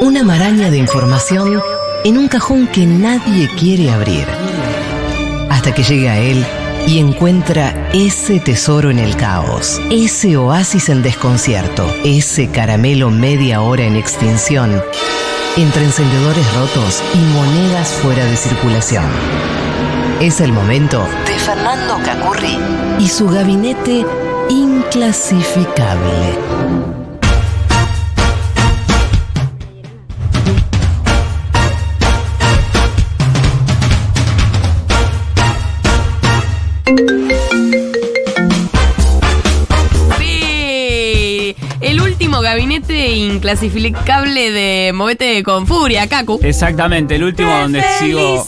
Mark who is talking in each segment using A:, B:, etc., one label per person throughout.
A: Una maraña de información en un cajón que nadie quiere abrir. Hasta que llega a él y encuentra ese tesoro en el caos, ese oasis en desconcierto, ese caramelo media hora en extinción, entre encendedores rotos y monedas fuera de circulación. Es el momento de Fernando Cacurri y su gabinete inclasificable.
B: Sí, el último gabinete inclasificable de Movete con Furia, Kaku.
C: Exactamente, el último donde sigo.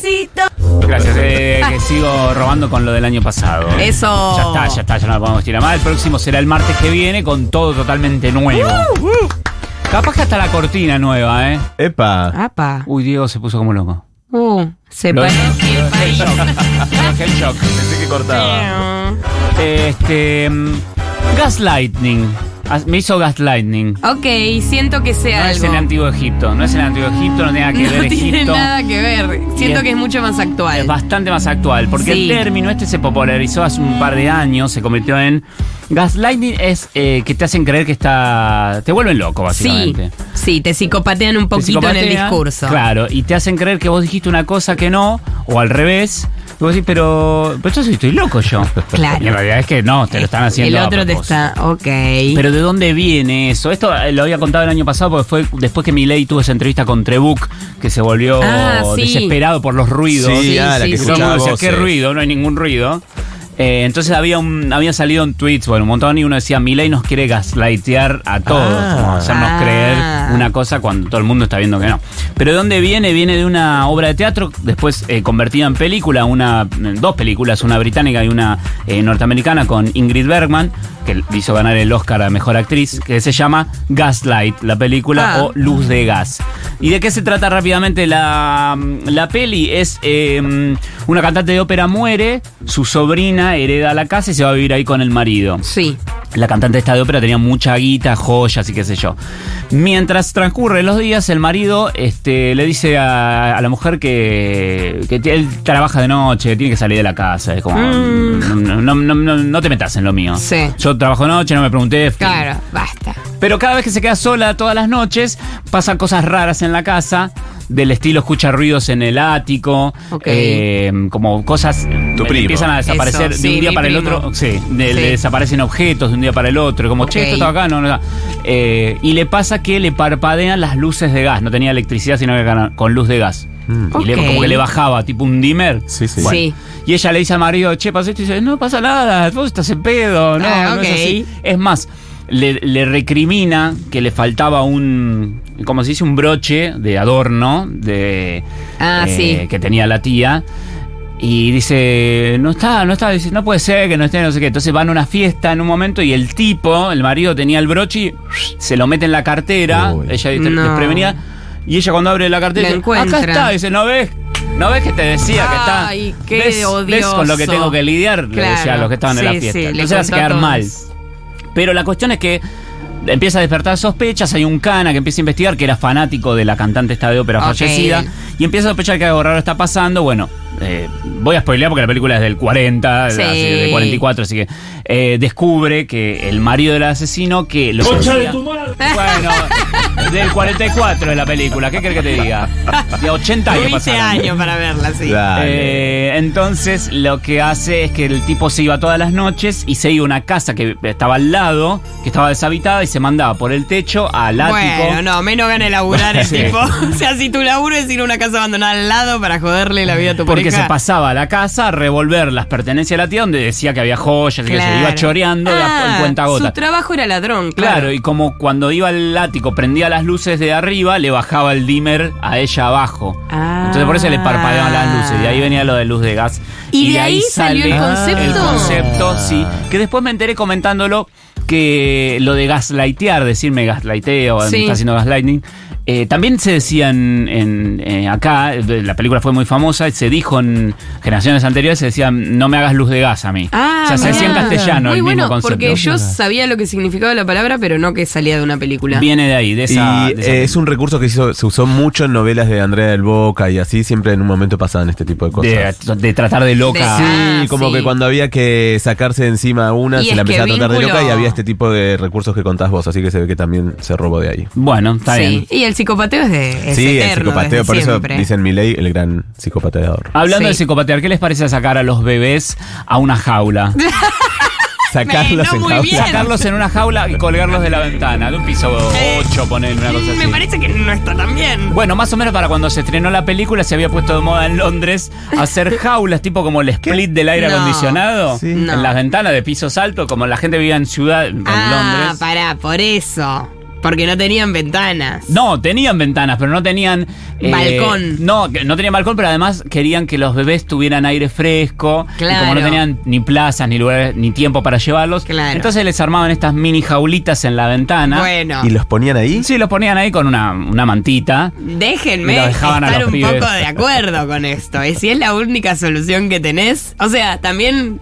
C: Gracias, eh, que sigo robando con lo del año pasado.
B: Eso.
C: Ya está, ya está, ya no lo podemos tirar más. El próximo será el martes que viene con todo totalmente nuevo.
B: Uh,
C: Capaz que hasta la cortina nueva, ¿eh?
D: Epa.
B: Apa.
C: Uy, Diego se puso como loco.
B: Uh, se
C: Lo-
B: parece el país.
C: Head shock.
D: Pensé que cortaba.
C: Este. mm, Gaslightning. As- Me hizo gaslightning.
B: Ok, siento que sea
C: No es
B: algo.
C: en el antiguo Egipto, no es en el antiguo Egipto, no tiene nada que ver
B: no tiene
C: Egipto.
B: nada que ver. Siento
C: es-
B: que es mucho más actual.
C: Es bastante más actual, porque
B: Sí.
C: el término este se popularizó hace un par de años, se convirtió en... Gaslighting es eh, que te hacen creer que está... Te vuelven loco,
B: sí,
C: básicamente.
B: sí, te psicopatean un
C: Te
B: poquito en el
C: psicopatean,
B: discurso.
C: Claro, y te hacen creer que vos dijiste una cosa que no, o al revés. Y vos decís, pero... Pero yo sí estoy loco yo.
B: Claro.
C: Y en realidad es que no, te lo están haciendo
B: El
C: a
B: otro te
C: propósito.
B: está. Ok.
C: Pero ¿de dónde viene eso? Esto eh, lo había contado el año pasado porque fue después que Milei tuvo esa entrevista con Trebuch, que se volvió
B: Ah, sí.
C: desesperado por los ruidos.
D: Sí,
B: Sí,
D: ah, la
B: sí,
D: que
B: sí.
C: Y todo el
D: escuchaba
C: mundo decía,
D: voces.
C: qué ruido, no hay ningún ruido. Eh, entonces había un, había salido en tweets, bueno, un montón, y uno decía, Milei nos quiere gaslightear a todos,
D: Ah.
C: como hacernos
B: Ah.
C: creer una cosa cuando todo el mundo está viendo que no. Pero ¿de dónde viene? Viene de una obra de teatro, después eh, convertida en película, una, dos películas, una británica y una eh, norteamericana con Ingrid Bergman, que le hizo ganar el Oscar a Mejor Actriz, que se llama Gaslight, la película,
B: Ah.
C: o Luz de Gas. ¿Y de qué se trata rápidamente la, la peli? Es eh, una cantante de ópera muere, su sobrina hereda la casa y se va a vivir ahí con el marido.
B: Sí.
C: La cantante esta de ópera tenía mucha guita, joyas y qué sé yo. Mientras transcurren los días, el marido este, le dice a, a la mujer que, que t- él trabaja de noche, tiene que salir de la casa. Es como,
B: Mm.
C: no, no- no- no- no te metas en lo mío.
B: Sí.
C: Yo trabajo de noche, no me pregunté. fin.
B: Claro, basta.
C: Pero cada vez que se queda sola todas las noches, pasan cosas raras en la casa. Del estilo escucha ruidos en el ático,
B: Ok.
C: eh, como cosas
D: Tu
C: eh,
D: primo.
C: empiezan a desaparecer
B: Eso,
C: de
B: sí,
C: un día
B: mi
C: para el
B: primo.
C: otro. Sí, de-
B: Sí.
C: le desaparecen objetos de un día para el otro, como che,
B: Ok.
C: esto estaba acá, no, no. está. Eh, y le pasa que le parpadean las luces de gas, no tenía electricidad, sino que era con luz de gas. Y le-
B: Ok.
C: como que le bajaba, tipo un dimmer.
D: Sí, sí.
C: Bueno,
B: Sí.
C: Y ella le dice al marido, che, pasa esto y dice, no pasa nada, vos estás en pedo, no,
B: Ah,
C: no es
B: ok.
C: así. Es más, le, le recrimina que le faltaba un, como se dice, un broche de adorno de, eh,
B: Ah, sí.
C: que tenía la tía. Y dice, no está, no está, dice, no puede ser que no esté, no sé qué. Entonces van a una fiesta en un momento y el tipo, el marido, tenía el broche y se lo mete en la cartera.
D: Uy.
C: Ella dice,
B: No.
C: desprevenida. Y ella cuando abre la cartera
B: La
C: dice, acá
B: encuentra.
C: está, dice, ¿no ves? ¿No ves que te decía que está?
B: Ay, qué
C: ¿Ves, ves
B: odioso.
C: con lo que tengo que lidiar? Le
B: Claro.
C: decía a los que estaban en la
B: Sí,
C: fiesta.
B: sí, le
C: Entonces hace
B: contó a
C: quedar
B: todos.
C: mal. Pero la cuestión es que empieza a despertar sospechas, hay un cana que empieza a investigar, que era fanático de la cantante esta de ópera
B: Ok.
C: fallecida, y empieza a sospechar que algo raro está pasando, bueno... eh, voy a spoilear porque la película es del 40,
B: Sí.
C: así, del 44, así que eh, descubre que el marido del asesino que lo conocía- Bueno, del 44 es la película, ¿qué crees que te diga? De 80 años
B: Tuviste
C: pasaron.
B: año para verla, sí.
D: Dale.
C: Eh, entonces lo que hace es que el tipo se iba todas las noches y se iba a una casa que estaba al lado, que estaba deshabitada y se mandaba por el techo al ático.
B: Bueno, no, menos gana de laburar el
C: Sí.
B: tipo. O sea, si tu laburo es ir a una casa abandonada al lado para joderle la vida a tu
C: Porque
B: pareja.
C: se pasaba a la casa a revolver las pertenencias de la tía donde decía que había joyas y que se
B: Claro.
C: iba choreando de a-
B: Ah,
C: en cuenta
B: Su trabajo era ladrón, claro.
C: Claro, y como cuando iba al ático prendía las luces de arriba, le bajaba el dimmer a ella abajo.
B: Ah.
C: Entonces por eso le parpadeaban las luces. Y ahí venía lo de luz de gas.
B: ¿Y de ahí salió el
C: sale El
B: concepto?
C: concepto, sí. Que después me enteré comentándolo que lo de gaslightear, decirme gaslighteo,
B: Sí.
C: me está haciendo gaslighting. eh, también se decía en, en, eh, acá, de- la película fue muy famosa, y se dijo en generaciones anteriores, se decía, no me hagas luz de gas a mí.
B: Ah,
C: o sea, se
B: mirá.
C: decía en castellano
B: Muy
C: el
B: bueno,
C: mismo concepto.
B: porque yo sabía lo que significaba la palabra, pero no que salía de una película.
C: Viene de ahí, de esa...
D: y
C: de esa
D: eh, es un recurso que hizo- se usó mucho en novelas de Andrea del Boca y así siempre en un momento pasaban este tipo de cosas.
C: de, de tratar de
B: De-
C: loca.
D: Sí,
B: Ah,
D: como
B: sí.
D: que cuando había que sacarse de encima a una,
B: Y
D: se
B: es
D: la
B: que
D: empezaba a tratar de
B: vínculo-
D: loca y había este tipo de recursos que contás vos, así que se ve que también se robó de ahí.
C: Bueno, está
B: sí.
C: bien.
B: Y el psicopateo es de. es
D: sí, el
B: eterno,
D: psicopateo,
B: desde
D: por
B: siempre.
D: eso dicen Milei el gran psicopateador.
C: Hablando
B: Sí.
C: de psicopatear, ¿qué les parece sacar a los bebés a una jaula?
D: Sacarlos
B: no
D: en
B: muy
D: causa.
B: bien.
C: Sacarlos en una jaula y colgarlos de la ventana, de un piso
B: Eh,
C: 8, poner una cosa
B: Mm, Me
C: así.
B: parece que no está tan bien.
C: Bueno, más o menos para cuando se estrenó la película se había puesto de moda en Londres hacer jaulas tipo como el split del aire
B: No.
C: acondicionado
D: Sí.
B: No.
C: en las ventanas de pisos altos, como la gente vivía en ciudad en
B: ah,
C: Londres.
B: pará, por eso. Porque no tenían ventanas.
C: No, tenían ventanas, pero no tenían... eh,
B: Balcón.
C: No, que no tenían balcón, pero además querían que los bebés tuvieran aire fresco. Y como
B: Claro.
C: no tenían ni plazas, ni lugares, ni tiempo para llevarlos,
B: Claro.
C: entonces les armaban estas mini jaulitas en la ventana.
B: Bueno,
D: ¿Y los ponían ahí?
C: Sí, los ponían ahí con una, una mantita.
B: déjenme
C: Y lo dejaban a
B: estar
C: los
B: un
C: pibes.
B: poco de acuerdo con esto. Y si es la única solución que tenés. O sea, también.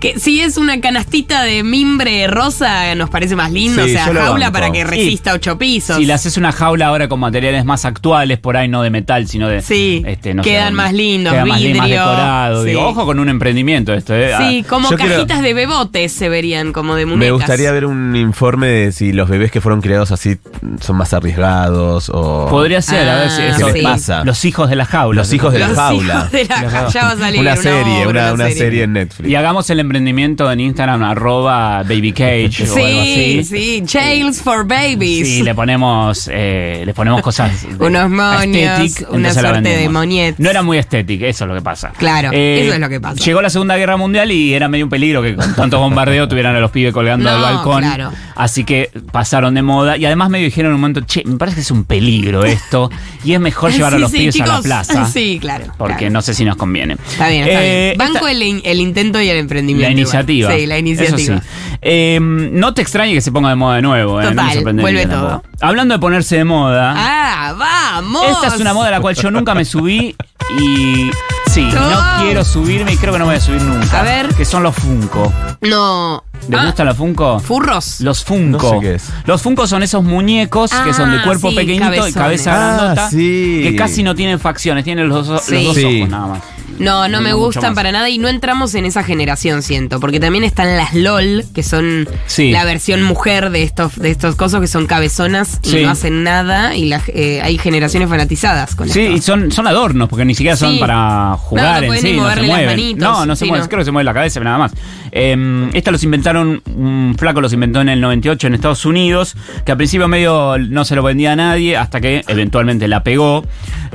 B: Que si es una canastita de mimbre rosa, nos parece más lindo.
D: Sí,
B: o sea,
D: yo lo
B: jaula
D: banco.
B: para que resista ocho pisos.
C: Si le haces una jaula ahora con materiales más actuales, por ahí no de metal, sino de.
B: Sí,
C: este, no sé,
B: quedan
C: un-
B: más lindos,
C: queda más, li- más
B: vidrio,
C: decorado.
B: sí.
C: Digo, ojo con un emprendimiento esto, ¿eh?
B: Sí,
C: Ah,
B: como
D: yo quiero-
B: cajitas de bebotes se verían, como de muñecas.
D: Me gustaría ver un informe de si los bebés que fueron criados así son más arriesgados o...
C: Podría ser, a ver si
B: Ah,
C: eso
B: ¿qué les
D: pasa?
C: Los hijos de la jaula.
D: Los hijos de la
B: Los
D: jaula.
B: hijos de la
C: Los-
B: ya va a salir
D: Una serie,
B: obra,
D: una, una serie. en Netflix.
C: Y hagamos el emprendimiento en Instagram, arroba babycage
B: Sí,
C: o algo así.
B: sí, Jails for Babies.
C: Sí, le ponemos, eh, le ponemos cosas. de-
B: Unos moños,
C: aesthetic,
B: una
C: entonces la
B: suerte de
C: vendemos.
B: moñetes.
C: No era muy estético, eso es lo que pasa. Eh,
B: Claro, eso es lo que pasa.
C: Llegó la Segunda Guerra Mundial y era medio un peligro que con tanto bombardeo tuvieran a los pibes colgando
B: No,
C: del balcón.
B: claro.
C: Así que pasaron de moda y además medio dijeron en un momento, che, me parece que es un peligro esto y es mejor llevar a
B: Sí,
C: los
B: sí,
C: pibes a la
B: chicos.
C: plaza.
B: Sí, claro.
C: Porque
B: claro.
C: no sé si nos conviene.
B: Está bien, está
C: Eh,
B: bien. Banco
C: esta-
B: el, in- el intento y el emprendimiento.
C: la
B: igual.
C: iniciativa.
B: Sí, la
C: Eso
B: iniciativa.
C: sí. Eh, no te extrañe que se ponga de moda de nuevo. eh, no me
B: Total,
C: sorprendería
B: vuelve
C: tampoco.
B: todo.
C: Hablando de ponerse de moda.
B: Ah, vamos.
C: Esta es una moda a la cual yo nunca me subí y sí, no,
B: No.
C: quiero subirme y creo que no me voy a subir nunca.
B: A ver.
C: Que son los Funko.
B: No.
C: ¿Les
B: Ah,
C: gustan los Funko?
B: Furros.
C: los Funko.
D: No sé qué es.
C: Los Funko son esos muñecos que son de
B: Ah,
C: cuerpo
B: sí,
C: pequeñito y
B: cabezones.
C: cabeza
D: Ah,
C: grandota.
D: sí.
C: Que casi no tienen facciones, tienen los, dos-
B: Sí.
C: los dos
D: Sí.
C: ojos nada más.
B: No, no me
C: Mucho
B: gustan
C: más.
B: para nada y no entramos en esa generación, siento, porque también están las LOL, que son
C: Sí.
B: la versión mujer de estos, de estos cosos que son cabezonas y
C: Sí.
B: no hacen nada y la- eh, hay generaciones fanatizadas con
C: Sí,
B: esto.
C: y son, son adornos, porque ni siquiera son
B: Sí.
C: para
B: No,
C: jugar
B: no
C: en
B: pueden
C: sí,
B: ni
C: no se
B: moverle las
C: mueven.
B: manitos.
C: no, no se
B: Sí,
C: mueven,
B: no.
C: creo que se mueve la cabeza, pero nada más. Eh, esta los inventaron, un flaco los inventó en el 98 en Estados Unidos, que al principio medio no se lo vendía a nadie, hasta que eventualmente la pegó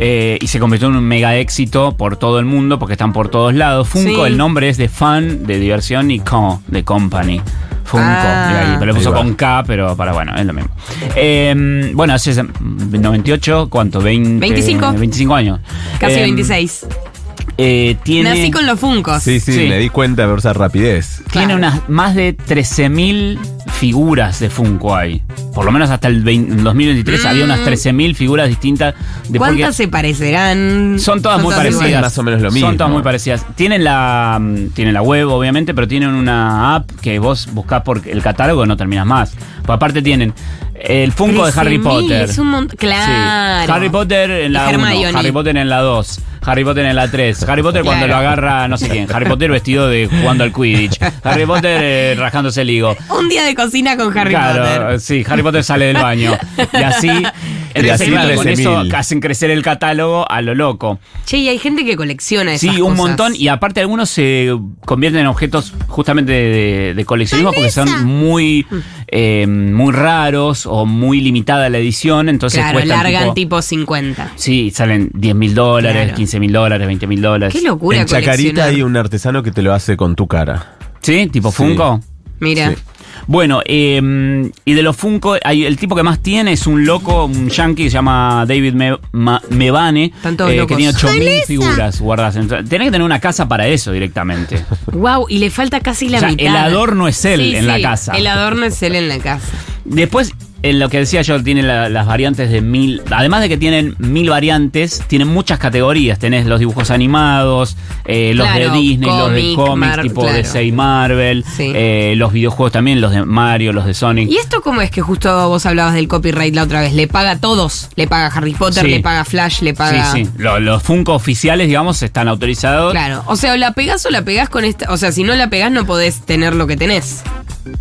C: eh, y se convirtió en un mega éxito por todo el mundo, porque están por todos lados. Funko,
B: Sí.
C: el nombre es de fan, de diversión y co, de company. Funko,
B: Ah.
C: de ahí, pero lo
D: Ahí
C: puso
D: va.
C: con K, pero para bueno, es lo mismo. Eh, bueno, hace ese- 98, ¿cuánto? 20,
B: 25.
C: 25 años.
B: Casi
C: Eh,
B: 26.
C: eh, tiene
B: Nací con los funcos.
D: Sí, sí,
C: Sí.
D: me di cuenta de esa rapidez.
C: tiene
B: Claro.
C: unas más de 13.000 figuras de Funko ahí. Por lo menos hasta el 20 en 2023 había unas 13.000 figuras distintas. De porque
B: Mm. ¿Cuántas se parecerán?
C: Son todas muy parecidas.
B: iguales.
D: Más o menos lo mismo.
C: Son todas muy parecidas. Tienen la, mm, tienen la web, obviamente, pero tienen una app que vos buscás por el catálogo y no terminas más. Pues aparte tienen el Funko de Harry
B: 13.000
C: Potter.
B: es un mont-
C: Sí.
B: Claro.
C: Harry Potter en la
B: Y
C: 1,
B: Hermione.
C: Harry Potter en la 2, Harry Potter en la 3, Harry Potter cuando
B: Claro.
C: lo agarra no sé quién, Harry Potter vestido de jugando al Quidditch, Harry Potter eh, rajándose el higo.
B: Un día de cocina con Harry
C: Claro,
B: Potter.
C: sí, Harry Potter sale del baño. Y así,
D: Y así
C: claro, con
D: 13.000.
C: eso hacen crecer el catálogo a lo loco.
B: Che, y hay gente que colecciona esas
C: Sí, un
B: cosas.
C: montón. Y aparte algunos se convierten en objetos justamente de, de- de coleccionismo porque son muy,
B: Mm.
C: eh, muy raros o muy limitada la edición. Entonces
B: Claro,
C: cuestan
B: largan
C: tipo-
B: tipo 50.
C: Sí, salen 10 mil dólares,
B: Claro.
C: 15 mil dólares, 20 mil dólares.
B: Qué locura
D: En Chacarita
B: coleccionar.
D: hay un artesano que te lo hace con tu cara.
C: ¿Sí? ¿Tipo
D: Sí.
C: Funko?
B: Mira.
D: Sí.
C: Bueno, eh, y de los Funko, hay, el tipo que más tiene es un loco, un yankee que se llama David Me- Ma- Mevane,
B: Están todos
C: que
B: locos.
C: tiene 8.000 figuras guardadas. en- Tenés que tener una casa para eso directamente.
B: Wow, y le falta casi la
C: O sea,
B: mitad.
C: el adorno es él
B: Sí,
C: en la
B: sí,
C: casa.
B: El adorno es él en la casa.
C: Después, en lo que decía yo, tiene la- las variantes de mil. Además de que tienen mil variantes, tienen muchas categorías. Tenés los dibujos animados, eh, los
B: Claro,
C: de Disney, los de
B: cómic,
C: cómics,
B: Mar-
C: tipo
B: claro.
C: DC y Marvel,
B: Sí.
C: eh, los videojuegos también, los de Mario, los de Sonic.
B: ¿Y esto cómo es que justo vos hablabas del copyright la otra vez? Le paga a todos. Le paga a Harry Potter,
C: Sí.
B: le paga a Flash, le paga.
C: Sí, sí. Lo- los Funko oficiales, digamos, están autorizados.
B: Claro. O sea, o la pegás o la pegás con esta. O sea, si no la pegás, no podés tener lo que tenés.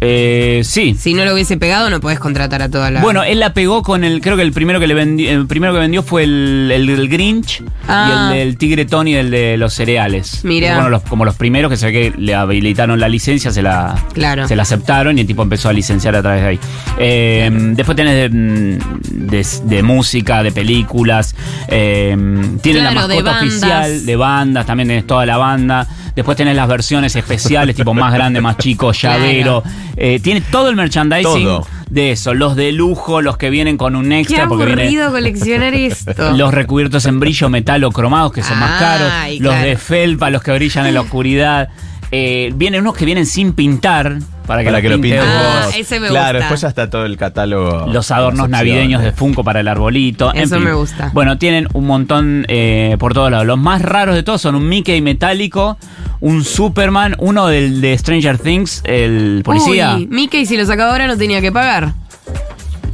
C: Eh, sí.
B: Si no lo hubiese pegado, no podés contratar a toda la.
C: Bueno, él la pegó con el. Creo que el primero que le vendió, el primero que vendió fue el, el del Grinch
B: Ah.
C: y el del Tigre Tony y el de los cereales.
B: Mirá.
C: Bueno, los- como los primeros que se ve que le habilitaron la licencia, se la,
B: Claro.
C: se la aceptaron y el tipo empezó a licenciar a través de ahí. Eh, Después tenés de, mm, de- de música, de películas. eh, tiene la
B: Claro, de
C: mascota
B: bandas.
C: oficial, de bandas, también tenés toda la banda. Después tenés las versiones especiales, tipo más grande, más chico,
B: Claro.
C: llavero. Eh, tiene todo el merchandising
D: Todo.
C: de eso. Los de lujo, los que vienen con un
B: Qué
C: extra, porque viene
B: aburrido coleccionar esto.
C: los recubiertos en brillo metal o cromados, que son más caros.
B: Ay,
C: Los
B: claro.
C: de felpa, los que brillan en la oscuridad. Eh, vienen unos que vienen sin pintar, para que,
D: para
C: lo,
D: que lo
C: pintes
D: pintes
B: Ah,
D: vos.
B: ese me gusta.
D: Claro, después ya está todo el catálogo.
C: los adornos
D: Las
C: navideños de
D: opciones.
C: Funko para el arbolito. en
B: Eso
C: fin.
B: me gusta.
C: Bueno, tienen un montón eh, por todos lados. Los más raros de todos son un Mickey metálico, un Superman, uno del de Stranger Things, el policía.
B: Uy, Mickey, si lo sacaba ahora, no tenía que pagar.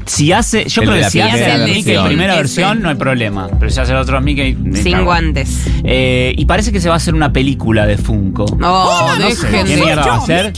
C: Si hace, yo
D: El
C: creo
D: de
C: que
D: la
C: si hace
B: primera
C: el Mickey
D: versión.
C: primera
B: Ese.
C: versión no hay problema, pero si hace el otro Mickey me
B: Sin
C: cago.
B: guantes.
C: Eh, y parece que se va a hacer una película de Funko.
B: No,
C: Oh, no sé
B: dejen
C: qué
B: de-
C: mierda va a ser.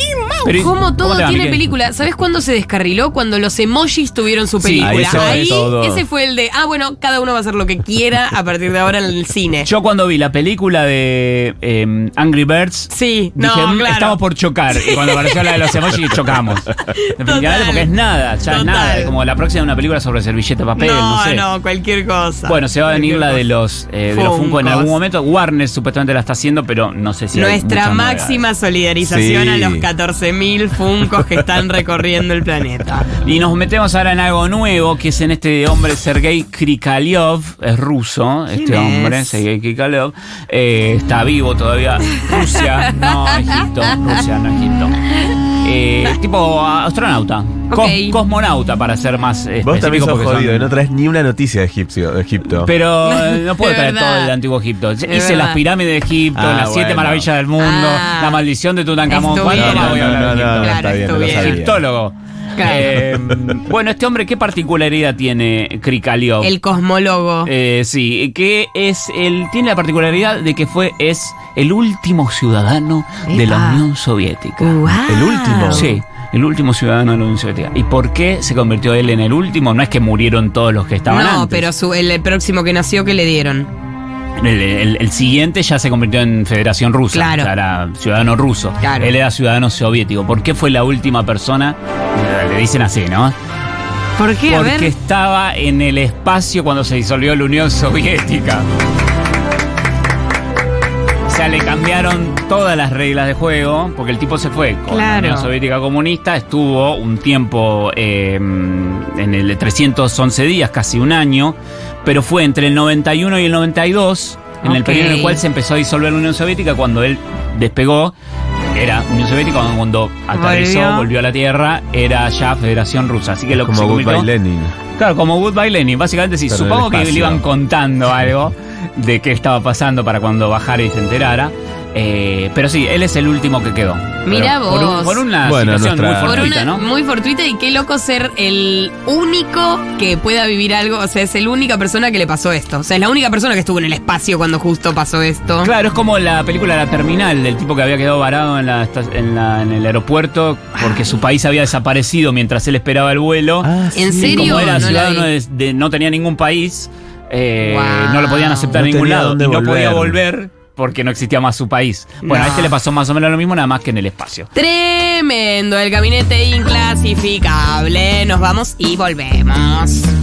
C: Pero-
B: Como todo
C: le va,
B: tiene
C: Mickey?
B: película. ¿Sabes cuándo se descarriló? Cuando los emojis tuvieron su
C: Sí,
B: película.
D: ahí se fue
B: Ahí,
D: todo.
B: ese fue el de, ah, bueno, cada uno va a hacer lo que quiera a partir de ahora en el cine.
C: Yo cuando vi la película de eh, Angry Birds,
B: sí,
C: dije,
B: no,
C: "Mm,
B: claro.
C: estamos por chocar. Y cuando apareció la de los emojis, chocamos. Definitivamente,
B: Total.
C: porque es nada, ya es
B: Total.
C: nada. Es como la próxima de una película sobre servilleta, papel, no,
B: no,
C: sé.
B: no, cualquier cosa.
C: Bueno, se va a venir la de los, eh, de los Funko en
B: Funkos.
C: algún momento. Warner supuestamente la está haciendo, pero no sé si. hay
B: Nuestra
C: muchas novedades.
B: máxima solidarización
D: Sí.
B: a los 14.000 funcos que están recorriendo el planeta.
C: Y nos metemos ahora en algo nuevo, que es en este hombre Sergei Krikalev, es ruso, este
B: es?
C: hombre, Sergei Krikalev, eh, está vivo todavía. Rusia, no Egipto, Rusia, no Egipto. Eh, tipo astronauta, cos-
B: Ok.
C: cosmonauta para ser más eh, específico.
D: Vos también sos
C: porque son-
D: jodido y no traes ni una noticia de Egipcio- de Egipto.
C: Pero eh, no puedo
B: De
C: traer
B: verdad.
C: todo el antiguo Egipto. Hice
B: De verdad.
C: las pirámides de Egipto,
D: Ah,
C: las siete
D: bueno.
C: maravillas del mundo,
B: Ah.
C: la maldición de Tutankamón. ¿Cuándo
B: Estuvieron.
C: más voy a hablar de
D: no, no,
C: Egipto?
D: no,
B: Claro,
D: está bien, no lo
B: estuve.
D: sabía.
C: Egiptólogo.
B: Claro.
C: Eh, bueno, este hombre, ¿qué particularidad tiene Krikalev?
B: El cosmólogo.
C: Eh, sí, que es el tiene la particularidad de que fue es el último ciudadano de la
B: Epa.
C: Unión Soviética.
B: Wow.
D: el último.
C: Sí, el último ciudadano de la Unión Soviética. ¿Y por qué se convirtió él en el último? No es que murieron todos los que estaban
B: No,
C: antes.
B: pero su- el, el próximo que nació, que le dieron?
C: El, el- el siguiente ya se convirtió en Federación Rusa.
B: Claro.
C: o sea, era ciudadano ruso.
B: Claro.
C: Él era ciudadano soviético. ¿Por qué fue la última persona? Le dicen así, ¿no?
B: ¿Por qué? a ver.
C: Porque estaba en el espacio cuando se disolvió la Unión Soviética. O sea, le cambiaron todas las reglas de juego, porque el tipo se fue con la
B: Claro.
C: Unión Soviética Comunista, estuvo un tiempo eh, en el de 311 días, casi un año, pero fue entre el 91 y el 92, en el
B: Ok.
C: periodo en el cual se empezó a disolver la Unión Soviética, cuando él despegó, era Unión Soviética, cuando aterrizó,
B: Volvió.
C: volvió a la Tierra, era ya Federación Rusa. Así que lo que se
D: Como
C: convirtió-
D: Goodbye Lenin.
C: Claro, como Goodbye Lenin, básicamente sí.
D: Pero en el
C: Supongo que le
D: espacio.
C: iban contando algo de qué estaba pasando para cuando bajara y se enterara. Eh, pero sí, él es el último que quedó.
B: Mirá
C: Pero por
B: vos.
C: un- por una
D: Bueno,
C: situación
D: nuestra-
C: muy
B: Por
C: fortuita,
B: una
C: ¿no?
B: muy fortuita y qué loco ser el único que pueda vivir algo, o sea, es la única persona que le pasó esto. O sea, es la única persona que estuvo en el espacio cuando justo pasó esto.
C: Claro, es como la película La Terminal, del tipo que había quedado varado en, la, esta- en, la- en el aeropuerto porque su país había desaparecido mientras él esperaba el vuelo.
B: ¿En
C: Y
B: serio?
C: Como era
B: No la
C: ciudadano
B: vi.
C: de- de- no tenía ningún país, eh,
B: Wow.
C: no lo podían aceptar
D: No
C: en ningún
D: tenía
C: lado y
D: dónde
C: no podía
D: volver.
C: volver porque no existía más su país. Bueno, a
B: No.
C: este le pasó más o menos lo mismo, nada más que en el espacio.
B: Tremendo, el gabinete inclasificable. Nos vamos y volvemos.